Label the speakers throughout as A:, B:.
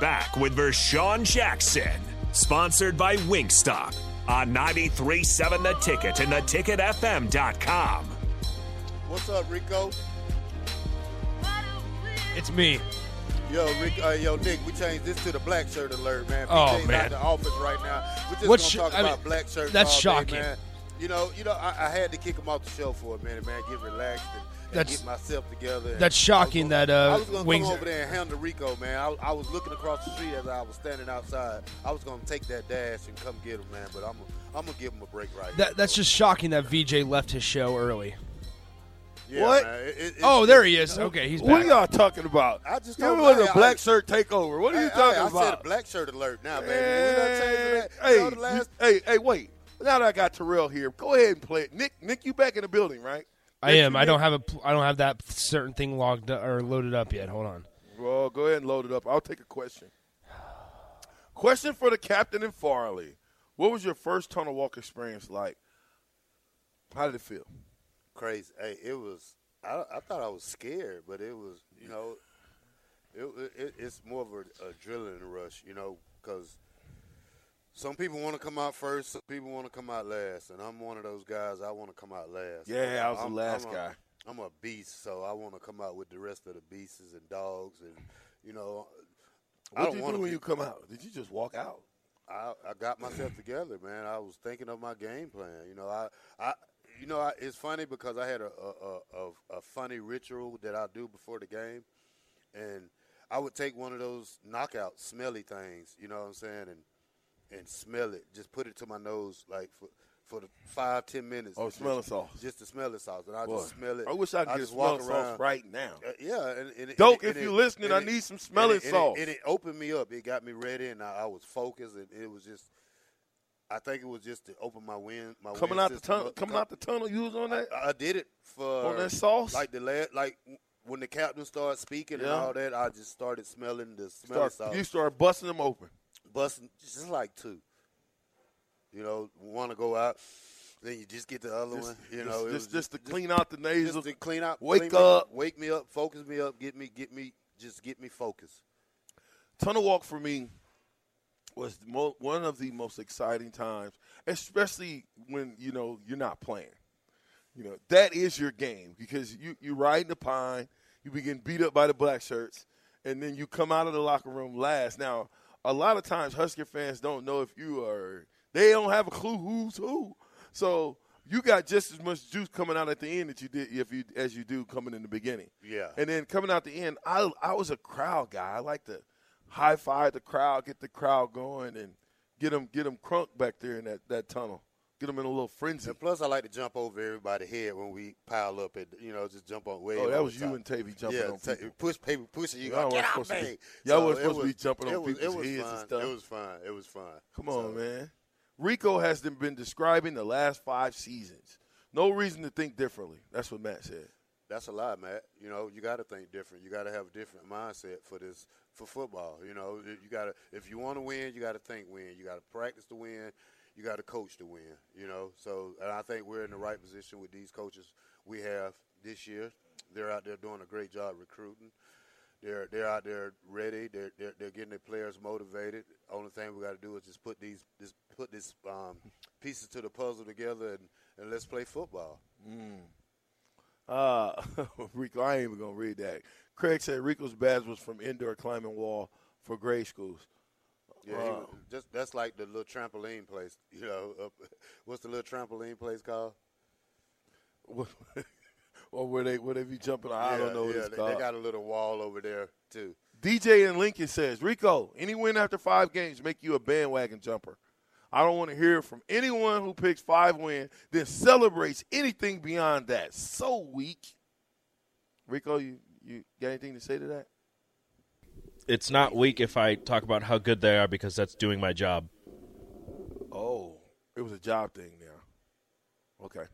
A: Back with Vershawn Jackson, sponsored by Wingstop on 937 The Ticket and theticketfm.com.
B: What's up, Rico?
C: It's me.
B: Yo, Rick, uh, yo, Nick, we changed this to the black shirt alert, man.
C: Oh,
B: PJ's
C: man.
B: out the office right now. We're just
C: What
B: gonna
C: sh-
B: talk
C: I
B: about
C: mean,
B: black shirts.
C: that's
B: all day,
C: shocking.
B: man. You know, you know, I, I had to kick him off the show for a minute, man. Get relaxed and, and
C: That's-
B: get myself together. And
C: that's shocking
B: I was gonna-
C: that, uh,
B: I was gonna
C: Wings-
B: come over there and handle Rico, man. I, I was looking across the street as I was standing outside. I was gonna take that dash and come get him, man. But I'm, I'm gonna give him a break right
C: That,
B: now.
C: that's just shocking that VJ left his show early.
B: Yeah,
D: what?
B: man, it- it- it's-
C: Oh, there he is. Okay, he's
D: What are
C: back.
D: y'all talking about?
B: I just
D: you
B: told
D: doing
B: Larry,
D: a black
B: I-
D: shirt takeover. What are
B: Hey,
D: you
B: hey,
D: talking
B: I,
D: about?
B: said a black shirt alert now, man. we done changed
D: Hey,
B: it back. You
D: hey,
B: know, the last
D: hey, hey, wait. Now that I got Terrell here, go ahead and play it. Nick, Nick, you back in the building, right?
C: I am. I don't have a. pl- I don't have that certain thing logged u- or loaded up yet. Hold on.
D: Well, go ahead and load it up. I'll take a question. Question for the captain and Farley. What was your first tunnel walk experience like? How did it feel?
B: crazy. Hey, it was. I, I thought I was scared, but it was. You know, it, it it's more of a adrenaline rush. You know, because some people want to come out first, some people want to come out last, and I'm one of those guys. I want to come out last.
D: Yeah, I was the
B: I'm-
D: last
B: I'm a-
D: guy.
B: I'm a beast, so I want to come out with the rest of the beasts and dogs, and you know, I
D: What
B: don't
D: did you
B: want
D: do
B: to
D: when you come out? Did you just walk out?
B: I, I got myself together, man. I was thinking of my game plan. You know, I, I you know, I, it's funny because I had a a, a a a funny ritual that I do before the game, and I would take one of those knockout smelly things. You know what I'm saying? And and smell it, just put it to my nose like for for the five ten minutes.
D: Oh,
B: Just-
D: smelling sauce.
B: Just to smell the sauce, and I
D: Boy,
B: just smell it.
D: I wish I could get
B: just walk
D: smelling sauce
B: around.
D: right now.
B: Uh, yeah, and, and it-
D: Doak,
B: and
D: if
B: it-
D: you listening,
B: and
D: I
B: it-
D: need some smelling
B: and it-
D: sauce.
B: And it, opened me up. It got me ready, and I, I was focused, and it was just. I think it was just to open my wind. My
D: Coming
B: wind
D: out the
B: system
D: tunnel,
B: up.
D: coming
B: Come-
D: out the tunnel, you was on that.
B: I, I did it for
D: On that sauce?
B: like the la- like when the captain started speaking and
D: Yeah.
B: all that. I just started smelling the smelling
D: Start-
B: sauce
D: you start busting them open.
B: busting just like two. You know, want to go out, then you just get the other
D: Just,
B: one. You know, it was
D: just, just, to clean out the nasal.
B: just to clean out,
D: Wake
B: clean me-
D: up.
B: wake me up, focus me up, get me, get me, just get me focused.
D: Tunnel walk for me was the mo- one of the most exciting times, especially when you know you're not playing. You know that is your game because you you riding the pine, you be getting beat up by the black shirts, and then you come out of the locker room last. Now a lot of times Husker fans don't know if you are. They don't have a clue who's who. So you got just as much juice coming out at the end that you did if you as you do coming in the beginning.
B: Yeah.
D: And then coming out the end, I I was a crowd guy. I like to high five the crowd, get the crowd going, and get them get them crunk back there in that, that tunnel. Get them in a little frenzy.
B: And plus, I like to jump over everybody's head when we pile up at you know just jump on way.
D: Oh,
B: over
D: that was
B: top.
D: you and Tavy jumping
B: yeah,
D: on
B: ta-
D: people.
B: push paper pushing you.
D: Y'all
B: Y'all
D: weren't
B: get out
D: supposed to be-
B: me.
D: y'all
B: So
D: weren't
B: it
D: supposed to be jumping on
B: it was-
D: people's
B: it was
D: heads and
B: fun.
D: stuff.
B: It was fun. It was fun.
D: Come on,
B: So,
D: man. Rico has them been describing the last five seasons. No reason to think differently. That's what Matt said.
B: That's a lot, Matt. You know, you got to think different. You got to have a different mindset for this for football. You know, you got to if you want to win, you got to think win. You got to practice to win. You got to coach to win. You know, so and I think we're in the right position with these coaches we have this year. They're out there doing a great job recruiting. They're they're out there ready. They're they're, they're getting their players motivated. Only thing we got to do is just put these this put this um, pieces to the puzzle together and, and let's play football.
D: Uh, Rico, I ain't even gonna read that. Craig said Rico's badge was from indoor climbing wall for grade schools.
B: Yeah, he was, Uh, just that's like the little trampoline place, you know. Up, what's the little trampoline place called?
D: What- or were they? What if you jumping? I
B: Yeah,
D: don't know what
B: yeah,
D: it's
B: they,
D: called.
B: They got a little wall over there too.
D: DJ in Lincoln says, Rico, any win after five games make you a bandwagon jumper. I don't want to hear from anyone who picks five win then celebrates anything beyond that. So weak. Rico, you, you got anything to say to that?
E: it's not weak if I talk about how good they are because that's doing my job.
D: Oh, it was a job thing now. Okay.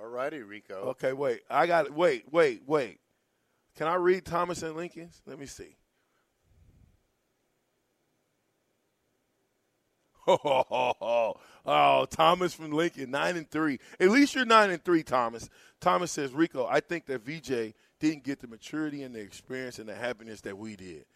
B: All righty, Rico.
D: Okay, wait. I got it. Wait, wait, wait. Can I read Thomas and Lincoln's? Let me see. Oh, Thomas from Lincoln, nine and three. At least you're nine and three, Thomas. Thomas says, Rico, I think that VJ didn't get the maturity and the experience and the happiness that we did.